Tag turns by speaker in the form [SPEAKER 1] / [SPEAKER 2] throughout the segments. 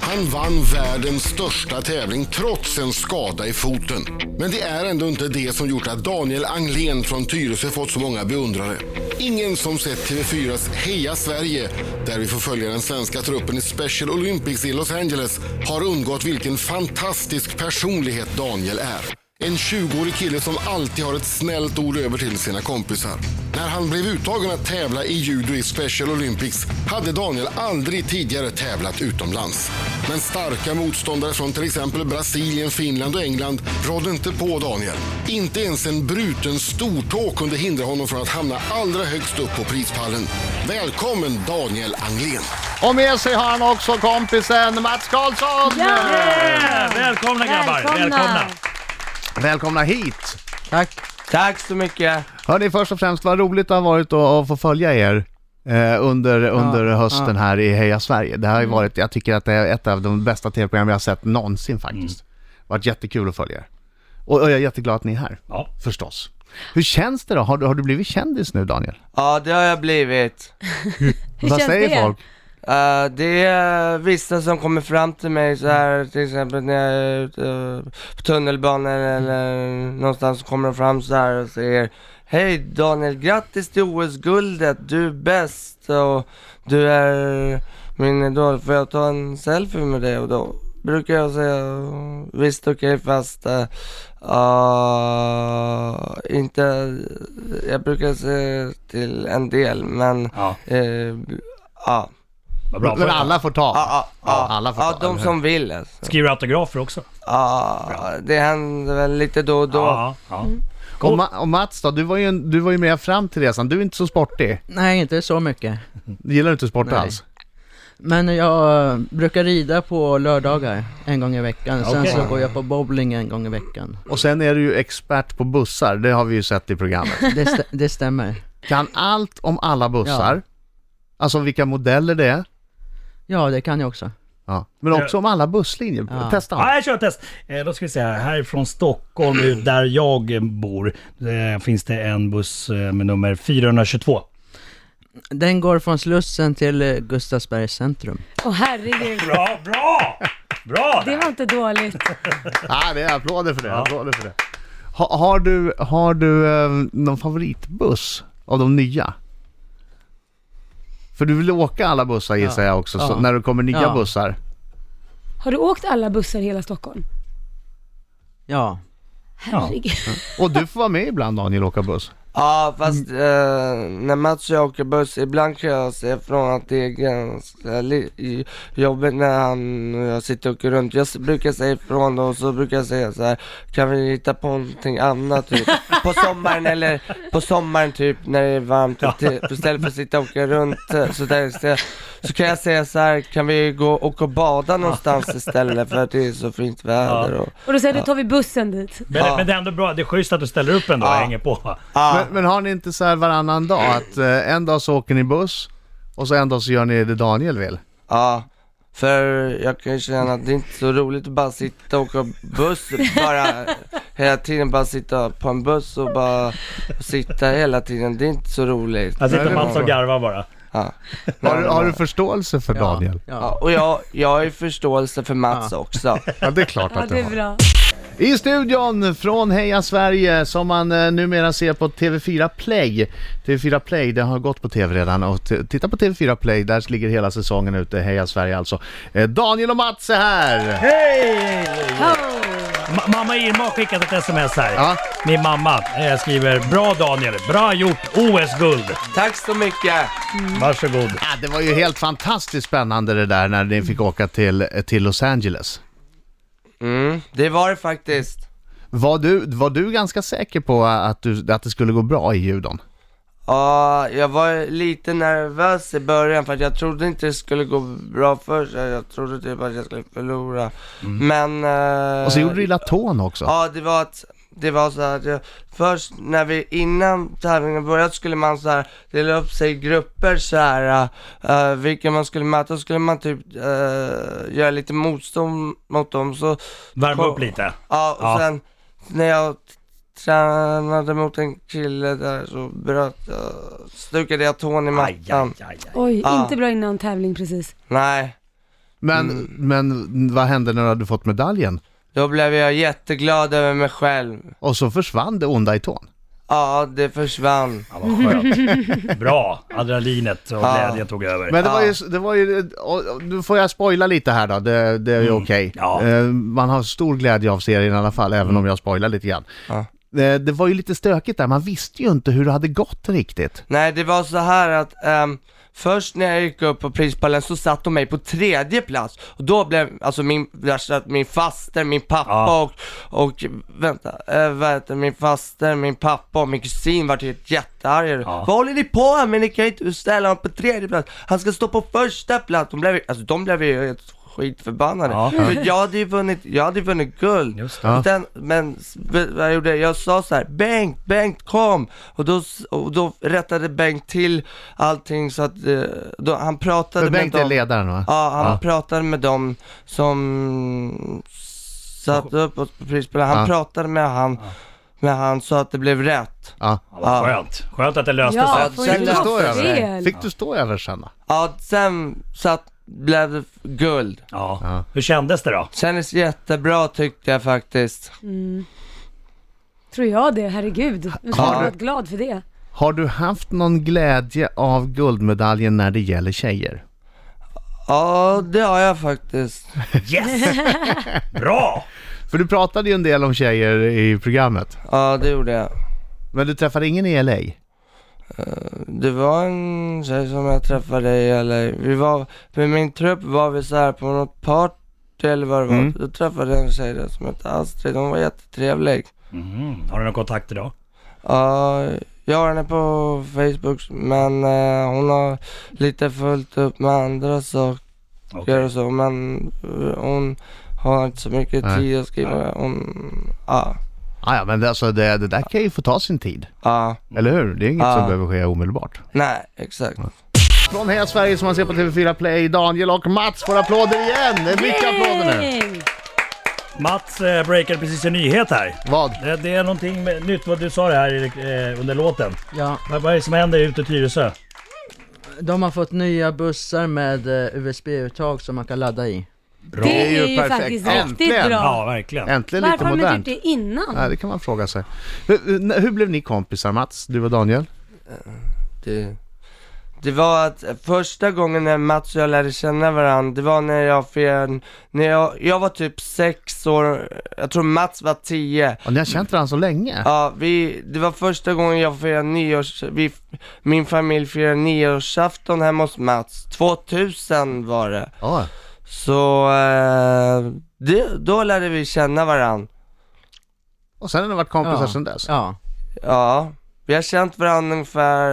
[SPEAKER 1] Han vann världens största tävling trots en skada i foten. Men det är ändå inte det som gjort att Daniel Anglén från Tyresö fått så många beundrare. Ingen som sett TV4s Heja Sverige, där vi får följa den svenska truppen i Special Olympics i Los Angeles, har undgått vilken fantastisk personlighet Daniel är. En 20-årig kille som alltid har ett snällt ord över till sina kompisar. När han blev uttagen att tävla i judo i Special Olympics hade Daniel aldrig tidigare tävlat utomlands. Men starka motståndare från till exempel Brasilien, Finland och England rådde inte på Daniel. Inte ens en bruten stortå kunde hindra honom från att hamna allra högst upp på prispallen. Välkommen Daniel Anglén!
[SPEAKER 2] Och med sig har han också kompisen Mats Karlsson!
[SPEAKER 3] Yeah! Välkomna grabbar!
[SPEAKER 4] Välkomna.
[SPEAKER 3] Välkomna!
[SPEAKER 2] Välkomna hit!
[SPEAKER 5] Tack. Tack så mycket.
[SPEAKER 2] Hörni, först och främst vad roligt det har varit att, att få följa er eh, under, under hösten här i Heja Sverige. Det har ju varit, jag tycker att det är ett av de bästa tv-program jag har sett någonsin faktiskt. varit jättekul att följa er. Och, och jag är jätteglad att ni är här,
[SPEAKER 3] Ja.
[SPEAKER 2] förstås. Hur känns det då? Har, du- har du blivit kändis nu Daniel?
[SPEAKER 5] Ja, det har jag blivit.
[SPEAKER 4] Hur
[SPEAKER 2] vad
[SPEAKER 4] känns
[SPEAKER 2] säger
[SPEAKER 4] det?
[SPEAKER 2] folk?
[SPEAKER 5] Eh, det är vissa som kommer fram till mig så här till exempel när jag är ute eh, på tunnelbanan eller någonstans kommer de fram så här och säger Hej Daniel, grattis till OS-guldet, du är bäst och du är min idol, får jag ta en selfie med dig? Och då brukar jag säga visst okej fast eh, ah, inte, jag brukar säga till en del men
[SPEAKER 3] Ja,
[SPEAKER 5] eh, ja.
[SPEAKER 3] vad bra.
[SPEAKER 2] Men alla får ta.
[SPEAKER 5] Ja, ja, ja.
[SPEAKER 2] Alla får
[SPEAKER 5] ja
[SPEAKER 2] ta,
[SPEAKER 5] de
[SPEAKER 2] eller
[SPEAKER 5] som vill alltså.
[SPEAKER 3] Skriver autografer också.
[SPEAKER 5] Ja, det händer väl lite då och då.
[SPEAKER 3] Ja, ja.
[SPEAKER 2] Och, Ma- och Mats då, du var, ju en, du var ju med fram till resan. Du är inte så sportig.
[SPEAKER 6] Nej, inte så mycket.
[SPEAKER 2] Gillar du inte sport
[SPEAKER 6] Nej.
[SPEAKER 2] alls?
[SPEAKER 6] Men jag eh, brukar rida på lördagar en gång i veckan. Sen
[SPEAKER 3] Okej.
[SPEAKER 6] så går jag på bowling en gång i veckan.
[SPEAKER 2] Och sen är du ju expert på bussar, det har vi ju sett i programmet.
[SPEAKER 6] Det, stä- det stämmer.
[SPEAKER 2] Kan allt om alla bussar, alltså vilka modeller det är,
[SPEAKER 6] Ja, det kan jag också.
[SPEAKER 2] ja. men också om alla busslinjer.
[SPEAKER 6] Ja.
[SPEAKER 2] Testa.
[SPEAKER 3] Ja, jag kör ett test. Eh, Då ska vi se här. Härifrån Stockholm, ut där jag eh, bor, eh, finns det en buss eh, med nummer 422.
[SPEAKER 6] Den går från Slussen till eh, Gustavsbergs centrum.
[SPEAKER 4] Åh herregud,
[SPEAKER 3] Bra, bra! Bra!
[SPEAKER 4] det var inte dåligt.
[SPEAKER 2] Ja, det är applåder för det. Applåder för det. Ha, har du, har du eh, någon favoritbuss av de nya? För du vill åka alla bussar gissar jag också, så
[SPEAKER 6] Ja.
[SPEAKER 2] när det kommer nya
[SPEAKER 6] Ja.
[SPEAKER 2] bussar.
[SPEAKER 4] Har du åkt alla bussar i hela Stockholm?
[SPEAKER 6] Ja.
[SPEAKER 4] Herregud.
[SPEAKER 2] Och du får vara med ibland Daniel och åka buss.
[SPEAKER 5] Ja, fast eh, när Mats och jag åker buss, ibland kan jag säga från att det är ganska li- i- jobbigt när han och jag sitter och åker runt. Jag s- brukar säga ifrån då och så brukar jag säga så här, kan vi hitta på någonting annat typ? På sommaren eller på sommaren typ när det är varmt, och till, för istället för att sitta och åka runt eh, så där istället, så kan jag säga så här, kan vi gå och åka och bada någonstans istället för att det är så fint väder och
[SPEAKER 4] Och då säger du, tar vi bussen dit.
[SPEAKER 3] Men,
[SPEAKER 5] Ja.
[SPEAKER 3] men det är ändå bra. Det är schysst att du ställer upp ändå och
[SPEAKER 5] Ja.
[SPEAKER 3] hänger på. va?
[SPEAKER 5] ah,
[SPEAKER 2] Men, men har ni inte så här varannan dag, att eh, en dag så åker ni buss och så en dag så gör ni det Daniel vill?
[SPEAKER 5] Ja, för jag kan ju känna att det är inte så roligt att bara sitta och åka buss bara hela tiden, bara sitta på en buss och bara sitta hela tiden. Det är inte så roligt.
[SPEAKER 3] Här sitter
[SPEAKER 2] det
[SPEAKER 3] Mats och garvar bara.
[SPEAKER 5] Ja.
[SPEAKER 2] Har, du- har du förståelse för Daniel?
[SPEAKER 5] Ja,
[SPEAKER 6] Ja.
[SPEAKER 5] och jag, jag har ju förståelse för Mats också.
[SPEAKER 2] Ja, det är klart
[SPEAKER 4] Ja,
[SPEAKER 2] att
[SPEAKER 4] det
[SPEAKER 2] du
[SPEAKER 4] är
[SPEAKER 2] har.
[SPEAKER 4] bra.
[SPEAKER 2] I studion från Heja Sverige som man eh, numera ser på TV4 Play. TV4 Play, det har gått på TV redan och t- titta på TV4 Play, där ligger hela säsongen ute, Heja Sverige alltså. Eh, Daniel och Mats är här!
[SPEAKER 3] Hej!
[SPEAKER 4] Oh.
[SPEAKER 3] Ma- Mamma Irma har skickat ett sms här.
[SPEAKER 2] Ja.
[SPEAKER 3] Min mamma eh, skriver Bra Daniel, bra gjort, OS-guld.
[SPEAKER 5] Tack så mycket!
[SPEAKER 3] Varsågod.
[SPEAKER 2] Ja, det var ju helt fantastiskt spännande det där när ni fick åka till, eh, till Los Angeles.
[SPEAKER 5] Mm, det var det faktiskt.
[SPEAKER 2] Var du, var du ganska säker på eh, att, du, att det skulle gå bra i judon?
[SPEAKER 5] Ja, jag var lite nervös i början för att jag trodde inte det skulle gå bra för sig. Jag trodde typ att jag skulle förlora. Men... eh,
[SPEAKER 2] Mm. Och så gjorde du illa tån också.
[SPEAKER 5] Ja, det var att det var så här att jag, först när vi innan tävlingen började skulle man så här dela upp sig i grupper så här, eh, vilka man skulle möta, och skulle man typ eh, göra lite motstånd mot dem så,
[SPEAKER 3] Värma
[SPEAKER 5] Kom.
[SPEAKER 3] upp lite.
[SPEAKER 5] ja och
[SPEAKER 3] Ja.
[SPEAKER 5] sen när jag t- tränade mot en kille där så bröt jag, stukade jag tån i
[SPEAKER 3] Aj, aj,
[SPEAKER 5] mattan.
[SPEAKER 3] aj, aj.
[SPEAKER 4] Oj,
[SPEAKER 5] Ja.
[SPEAKER 4] inte bra innan tävling precis.
[SPEAKER 5] Nej.
[SPEAKER 2] Men,
[SPEAKER 5] Mm.
[SPEAKER 2] men vad hände när du hade fått medaljen?
[SPEAKER 5] Då blev jag jätteglad över mig själv.
[SPEAKER 2] Och så försvann det onda i tån.
[SPEAKER 5] Ja, det försvann.
[SPEAKER 3] Ja, vad skönt. Bra, adrenalinet och
[SPEAKER 5] Ja.
[SPEAKER 3] glädjen tog över.
[SPEAKER 2] Men det var ju, det var ju och, och, nu får jag spoila lite här då, det, det är ju okej.
[SPEAKER 3] Ja.
[SPEAKER 2] Eh, man har stor glädje av serien i alla fall, även om jag spoilar lite grann.
[SPEAKER 5] Ja.
[SPEAKER 2] Eh, det var ju lite stökigt där, man visste ju inte hur det hade gått riktigt.
[SPEAKER 5] Nej, det var så här att ehm, först när jag gick upp på prispallen så satte de mig på tredje plats. Och då blev, alltså min, värsta att min faster, min pappa
[SPEAKER 3] Ja.
[SPEAKER 5] och, och, vänta, eh, vad heter min faster, min pappa och min kusin vart helt jättearga.
[SPEAKER 3] Ja.
[SPEAKER 5] Vad håller ni på med? Ni kan ju inte ställa honom på tredje plats. Han ska stå på första plats. De blev, alltså de blev ju helt skitförbannade.
[SPEAKER 3] Ja.
[SPEAKER 5] För jag hade ju vunnit, jag hade ju vunnit guld.
[SPEAKER 3] Just
[SPEAKER 2] det. Ja.
[SPEAKER 5] Den, men s- v- vad jag gjorde, jag sa så här: Bengt, Bengt kom! Och då, s- och då rättade Bengt till allting så att, eh, då, han pratade
[SPEAKER 2] Men
[SPEAKER 5] med
[SPEAKER 2] Bengt
[SPEAKER 5] dem.
[SPEAKER 2] är ledaren va?
[SPEAKER 5] Ja, han
[SPEAKER 2] Ja.
[SPEAKER 5] pratade med dem som satt upp oss på prispelaren. Han
[SPEAKER 2] Ja.
[SPEAKER 5] pratade med han, med han så att det blev rätt.
[SPEAKER 2] Ja.
[SPEAKER 3] Ja, vad
[SPEAKER 5] Ja.
[SPEAKER 3] skönt. Skönt att det löste
[SPEAKER 4] Ja,
[SPEAKER 3] sig.
[SPEAKER 4] får
[SPEAKER 5] Sen
[SPEAKER 4] inte
[SPEAKER 5] det
[SPEAKER 4] vara
[SPEAKER 2] står jag
[SPEAKER 4] fel.
[SPEAKER 2] Fick du stå över sen då?
[SPEAKER 5] Ja, sen satt, blev det f- guld.
[SPEAKER 3] Ja.
[SPEAKER 2] Ja.
[SPEAKER 3] Hur kändes det då?
[SPEAKER 5] Kändes jättebra tyckte jag faktiskt.
[SPEAKER 4] Tror jag det, herregud. Nu ska
[SPEAKER 2] Ah.
[SPEAKER 5] Har
[SPEAKER 4] jag
[SPEAKER 5] du-
[SPEAKER 4] vara glad för det.
[SPEAKER 2] Har du haft någon glädje av guldmedaljen när det gäller tjejer?
[SPEAKER 5] Ja, det har jag faktiskt.
[SPEAKER 3] Yes! Bra!
[SPEAKER 2] För du pratade ju en del om tjejer i programmet,
[SPEAKER 5] Ja, det gjorde jag.
[SPEAKER 2] men du träffade ingen i LA?
[SPEAKER 5] Det var en tjej som jag träffade i LA. Vi var, med min trupp var vi så här på något party eller vad det var.
[SPEAKER 2] Mm.
[SPEAKER 5] Då träffade jag en tjej där som hette Astrid. Hon var jättetrevlig.
[SPEAKER 3] Mm. Har du någon kontakt idag?
[SPEAKER 5] Ja, jag har henne på Facebook men eh, hon har lite fullt upp med andra saker
[SPEAKER 3] Okej.
[SPEAKER 5] och så. Men eh, hon har inte så mycket
[SPEAKER 2] Nej.
[SPEAKER 5] tid att skriva. Hon, ja,
[SPEAKER 2] Ah, ja, men det, alltså det, det där kan ju få ta sin tid,
[SPEAKER 5] ja,
[SPEAKER 2] Mm. eller hur? Det är inget som
[SPEAKER 5] Ja.
[SPEAKER 2] behöver ske omedelbart.
[SPEAKER 5] nej exakt.
[SPEAKER 2] Från Heja Sverige som man ser på TV4 Play, Daniel och Mats får applåder igen! Det är mycket applåder nu!
[SPEAKER 4] Yay!
[SPEAKER 3] Mats eh, breakade precis en nyhet här.
[SPEAKER 2] Vad?
[SPEAKER 3] Det, det är någonting med, nytt, vad du sa det här eh, under låten.
[SPEAKER 6] Ja,
[SPEAKER 3] Vad, vad är det som händer ute i Tyresö?
[SPEAKER 6] de har fått nya bussar med eh, USB-uttag som man kan ladda i.
[SPEAKER 3] Bra.
[SPEAKER 4] Det är ju
[SPEAKER 2] perfekt.
[SPEAKER 4] faktiskt
[SPEAKER 2] Äntligen.
[SPEAKER 4] riktigt bra.
[SPEAKER 3] Ja, verkligen.
[SPEAKER 2] Äntligen
[SPEAKER 4] Varför
[SPEAKER 2] lite
[SPEAKER 4] har de
[SPEAKER 2] modernt.
[SPEAKER 4] inte gjort det innan?
[SPEAKER 2] Ja, det kan man fråga sig. Hur, hur, hur blev ni kompisar Mats, du och Daniel?
[SPEAKER 5] Det, det var att första gången när Mats och jag lärde känna varandra, det var när jag för, när jag, jag var typ sex år, jag tror Mats var tio.
[SPEAKER 2] Och ni har känt varandra så länge?
[SPEAKER 5] Ja, vi, det var första gången jag firade nyårs, vi, min familj firade nyårsafton hemma hos Mats. 2000 var det.
[SPEAKER 2] Ja.
[SPEAKER 5] Så, eh, det, då lärde vi känna varandra.
[SPEAKER 2] Och sen har ni varit kompisar
[SPEAKER 6] Ja.
[SPEAKER 2] sedan dess?
[SPEAKER 6] Ja,
[SPEAKER 5] Ja, vi har känt varandra ungefär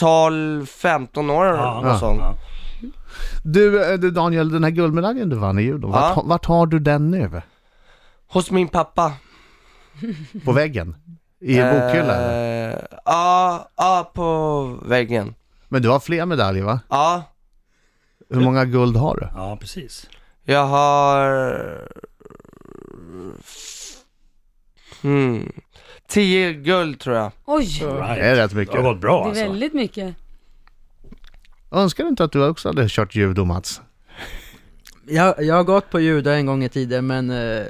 [SPEAKER 5] 12-15 år
[SPEAKER 3] Ja,
[SPEAKER 5] och sånt.
[SPEAKER 3] ja.
[SPEAKER 2] Du, eh, du Daniel, den här guldmedaljen du vann i judo, vart,
[SPEAKER 5] Ja.
[SPEAKER 2] vart har du den nu?
[SPEAKER 5] Hos min pappa.
[SPEAKER 2] På väggen? I
[SPEAKER 5] Eh,
[SPEAKER 2] bokhyllan? eller?
[SPEAKER 5] Ja, ja på väggen.
[SPEAKER 2] Men du har fler medaljer va?
[SPEAKER 5] Ja,
[SPEAKER 2] Hur många guld har du?
[SPEAKER 3] ja, precis.
[SPEAKER 5] jag har... Hmm. Tio guld tror jag.
[SPEAKER 4] Oj,
[SPEAKER 3] Right.
[SPEAKER 2] Det är rätt
[SPEAKER 3] Det har
[SPEAKER 2] mycket.
[SPEAKER 3] gått bra
[SPEAKER 4] det är
[SPEAKER 3] alltså.
[SPEAKER 4] väldigt mycket.
[SPEAKER 2] Önskar du inte att du också hade kört judo Mats?
[SPEAKER 6] Jag, jag har gått på judo en gång i tiden men eh,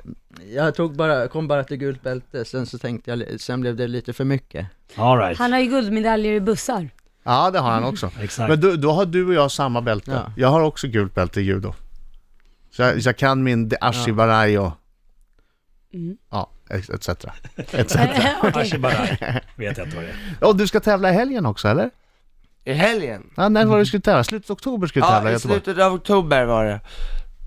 [SPEAKER 6] jag tog bara, kom bara till gult bälte, sen så tänkte jag, li- sen blev det lite för mycket.
[SPEAKER 3] All right.
[SPEAKER 4] Han har ju guldmedaljer i bussar.
[SPEAKER 2] Ja, det har han också.
[SPEAKER 3] Exakt.
[SPEAKER 2] Men då, då har du och jag samma bälte.
[SPEAKER 6] Ja.
[SPEAKER 2] Jag har också gult bälte i judo. Så jag, så jag kan min de ashibarai och... Ja, et- etc. etc.
[SPEAKER 4] Okej.
[SPEAKER 3] Ashibarai. Vet jag inte vad det är.
[SPEAKER 2] och du ska tävla i helgen också, eller?
[SPEAKER 5] I helgen?
[SPEAKER 2] Ja, när var det du skulle tävla? Slutet av oktober skulle du tävla i
[SPEAKER 5] Ja, i
[SPEAKER 2] Göteborg.
[SPEAKER 5] slutet av oktober var det.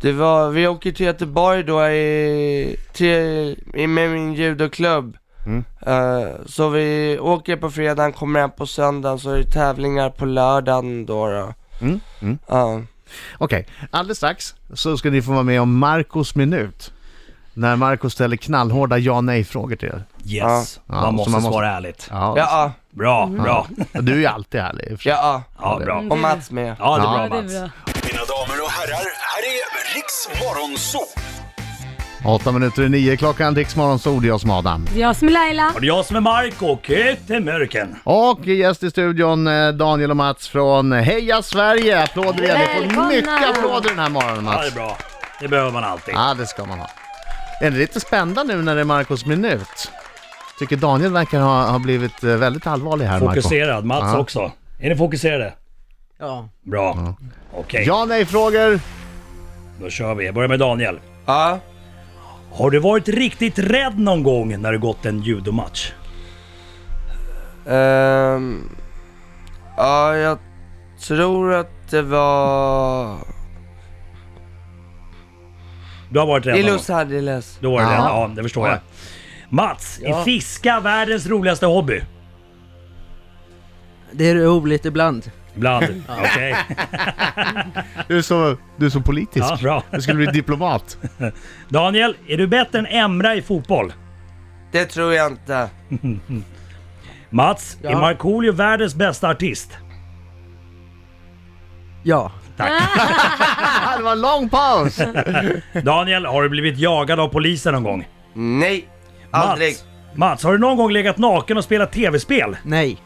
[SPEAKER 5] Det var, vi åker till Göteborg då i, till, i- med min judoklubb.
[SPEAKER 2] Mm.
[SPEAKER 5] Eh, så vi åker på fredagen, kommer hem på söndagen, så är det tävlingar på lördagen då. då.
[SPEAKER 2] Mm, mm.
[SPEAKER 5] Ja.
[SPEAKER 2] Okej, alldeles strax så ska ni få vara med om Marcos minut. När Marco ställer knallhårda ja nej-frågor till er.
[SPEAKER 3] Yes.
[SPEAKER 2] Ja, så
[SPEAKER 3] man, måste
[SPEAKER 2] man måste-
[SPEAKER 3] svara ärligt.
[SPEAKER 2] Ja,
[SPEAKER 5] ja,
[SPEAKER 3] Bra, bra.
[SPEAKER 2] Du är ju alltid ärlig i och för sig.
[SPEAKER 5] ja,
[SPEAKER 3] Ja, bra.
[SPEAKER 5] och Mats med.
[SPEAKER 3] Ja, det är
[SPEAKER 2] Ja,
[SPEAKER 3] bra
[SPEAKER 4] Ja, det är
[SPEAKER 3] Mats.
[SPEAKER 4] bra.
[SPEAKER 7] Mina damer och herrar, här är Riks Morgonzoo!
[SPEAKER 2] Åtta minuter i nio klockan, Rix Morgonzoo, det är jag som är Adam.
[SPEAKER 4] Det är jag som är Laila.
[SPEAKER 3] Och det är jag som är Marco, Köttemörken.
[SPEAKER 2] Och gäst i studion eh, Daniel och Mats från Heja Sverige! Applåder igen, ni får
[SPEAKER 4] Välkomna!
[SPEAKER 2] mycket applåder den här morgonen
[SPEAKER 3] Ja, det
[SPEAKER 2] Mats.
[SPEAKER 3] är bra. Det behöver man alltid.
[SPEAKER 2] Ja, det ska man ha. Är det lite spända nu när det är Marcos minut? Tycker Daniel verkar ha, ha blivit eh, väldigt allvarlig här Marco.
[SPEAKER 3] Fokuserad, Mats
[SPEAKER 2] Ja.
[SPEAKER 3] också. Är ni fokuserade?
[SPEAKER 6] Ja.
[SPEAKER 3] Bra. Okej,
[SPEAKER 2] Ja, nej frågor.
[SPEAKER 3] då kör vi. Jag börjar med Daniel.
[SPEAKER 5] Ja.
[SPEAKER 3] Har du varit riktigt rädd någon gång när du gått en judomatch?
[SPEAKER 5] Ehm, ja, jag tror att det var...
[SPEAKER 3] Du har varit rädd
[SPEAKER 5] I
[SPEAKER 3] någon gång?
[SPEAKER 5] Los Angeles.
[SPEAKER 3] Då var det
[SPEAKER 2] Ja.
[SPEAKER 3] det. Ja, det förstår jag. Mats, är fiska världens roligaste hobby?
[SPEAKER 6] Det är roligt ibland.
[SPEAKER 3] Ibland. Okej.
[SPEAKER 2] Du är så, du är så politisk.
[SPEAKER 3] Ja, bra.
[SPEAKER 2] Du skulle bli diplomat.
[SPEAKER 3] Daniel, är du bättre än Emra i fotboll?
[SPEAKER 5] Det tror jag inte.
[SPEAKER 3] Mats, är
[SPEAKER 6] Ja.
[SPEAKER 3] Markoolio världens bästa artist?
[SPEAKER 6] Ja.
[SPEAKER 2] Ah, det var en lång paus!
[SPEAKER 3] Daniel, har du blivit jagad av polisen någon gång?
[SPEAKER 5] Nej, aldrig.
[SPEAKER 3] Mats, Mats, har du någon gång legat naken och spelat tv-spel?
[SPEAKER 6] Nej.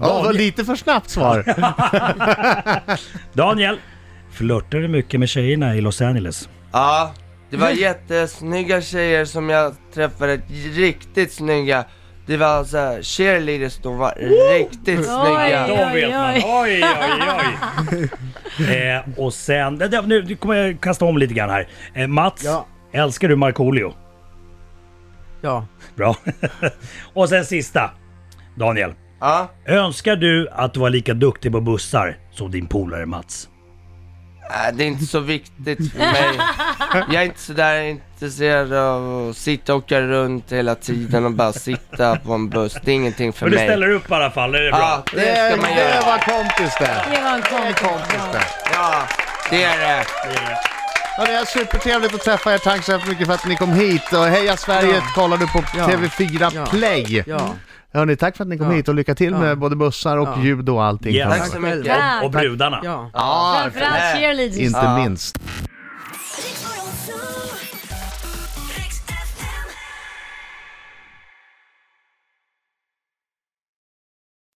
[SPEAKER 2] Ja, det var lite för snabbt svar.
[SPEAKER 3] Daniel, flörtar du mycket med tjejerna i Los Angeles?
[SPEAKER 5] Ja, det var jättesnygga tjejer som jag träffade. Riktigt snygga. Det var så här, cheerleaders, de var riktigt
[SPEAKER 4] Oj.
[SPEAKER 5] snygga.
[SPEAKER 3] Då vet
[SPEAKER 4] oj.
[SPEAKER 3] man. Oj, oj, oj. eh, och sen, det- det- nu nu kommer jag kasta om lite grann här. Eh, Mats,
[SPEAKER 6] Ja.
[SPEAKER 3] älskar du Markoolio?
[SPEAKER 6] Ja.
[SPEAKER 3] Bra. och sen sista, Daniel.
[SPEAKER 5] Ja,
[SPEAKER 3] Önskar du att du var lika duktig på bussar som din polare Mats?
[SPEAKER 5] äh, det är inte så viktigt för mig. Jag är inte så där intresserad av att sitta och åka runt hela tiden och bara sitta på en buss. Det är ingenting för
[SPEAKER 3] Men du
[SPEAKER 5] mig.
[SPEAKER 3] ställer upp i alla fall, det är bra.
[SPEAKER 5] Ja, det ska man
[SPEAKER 2] Eh, Det
[SPEAKER 5] göra.
[SPEAKER 2] var kompis det.
[SPEAKER 4] Det var en
[SPEAKER 2] Det är
[SPEAKER 4] kompis.
[SPEAKER 2] kompis det.
[SPEAKER 5] Ja, det är det.
[SPEAKER 2] Ja, det är supertrevligt att träffa er. Tack så hemskt mycket för att ni kom hit. Och Heja Sverige
[SPEAKER 6] Ja.
[SPEAKER 2] kollar du på
[SPEAKER 6] Ja.
[SPEAKER 2] TV4
[SPEAKER 6] Ja.
[SPEAKER 2] Play.
[SPEAKER 6] Ja.
[SPEAKER 2] Hörni, tack för att ni kom
[SPEAKER 6] Ja.
[SPEAKER 2] hit och lycka till
[SPEAKER 6] Ja.
[SPEAKER 2] med både bussar och
[SPEAKER 6] Ja.
[SPEAKER 2] ljud och allting.
[SPEAKER 3] Yes.
[SPEAKER 2] framöver.
[SPEAKER 5] Tack så
[SPEAKER 6] själv.
[SPEAKER 5] mycket.
[SPEAKER 4] Ja.
[SPEAKER 3] Och brudarna.
[SPEAKER 6] Ja.
[SPEAKER 2] Ja,
[SPEAKER 4] Framförallt cheerleaders.
[SPEAKER 2] inte
[SPEAKER 5] Ja.
[SPEAKER 2] minst.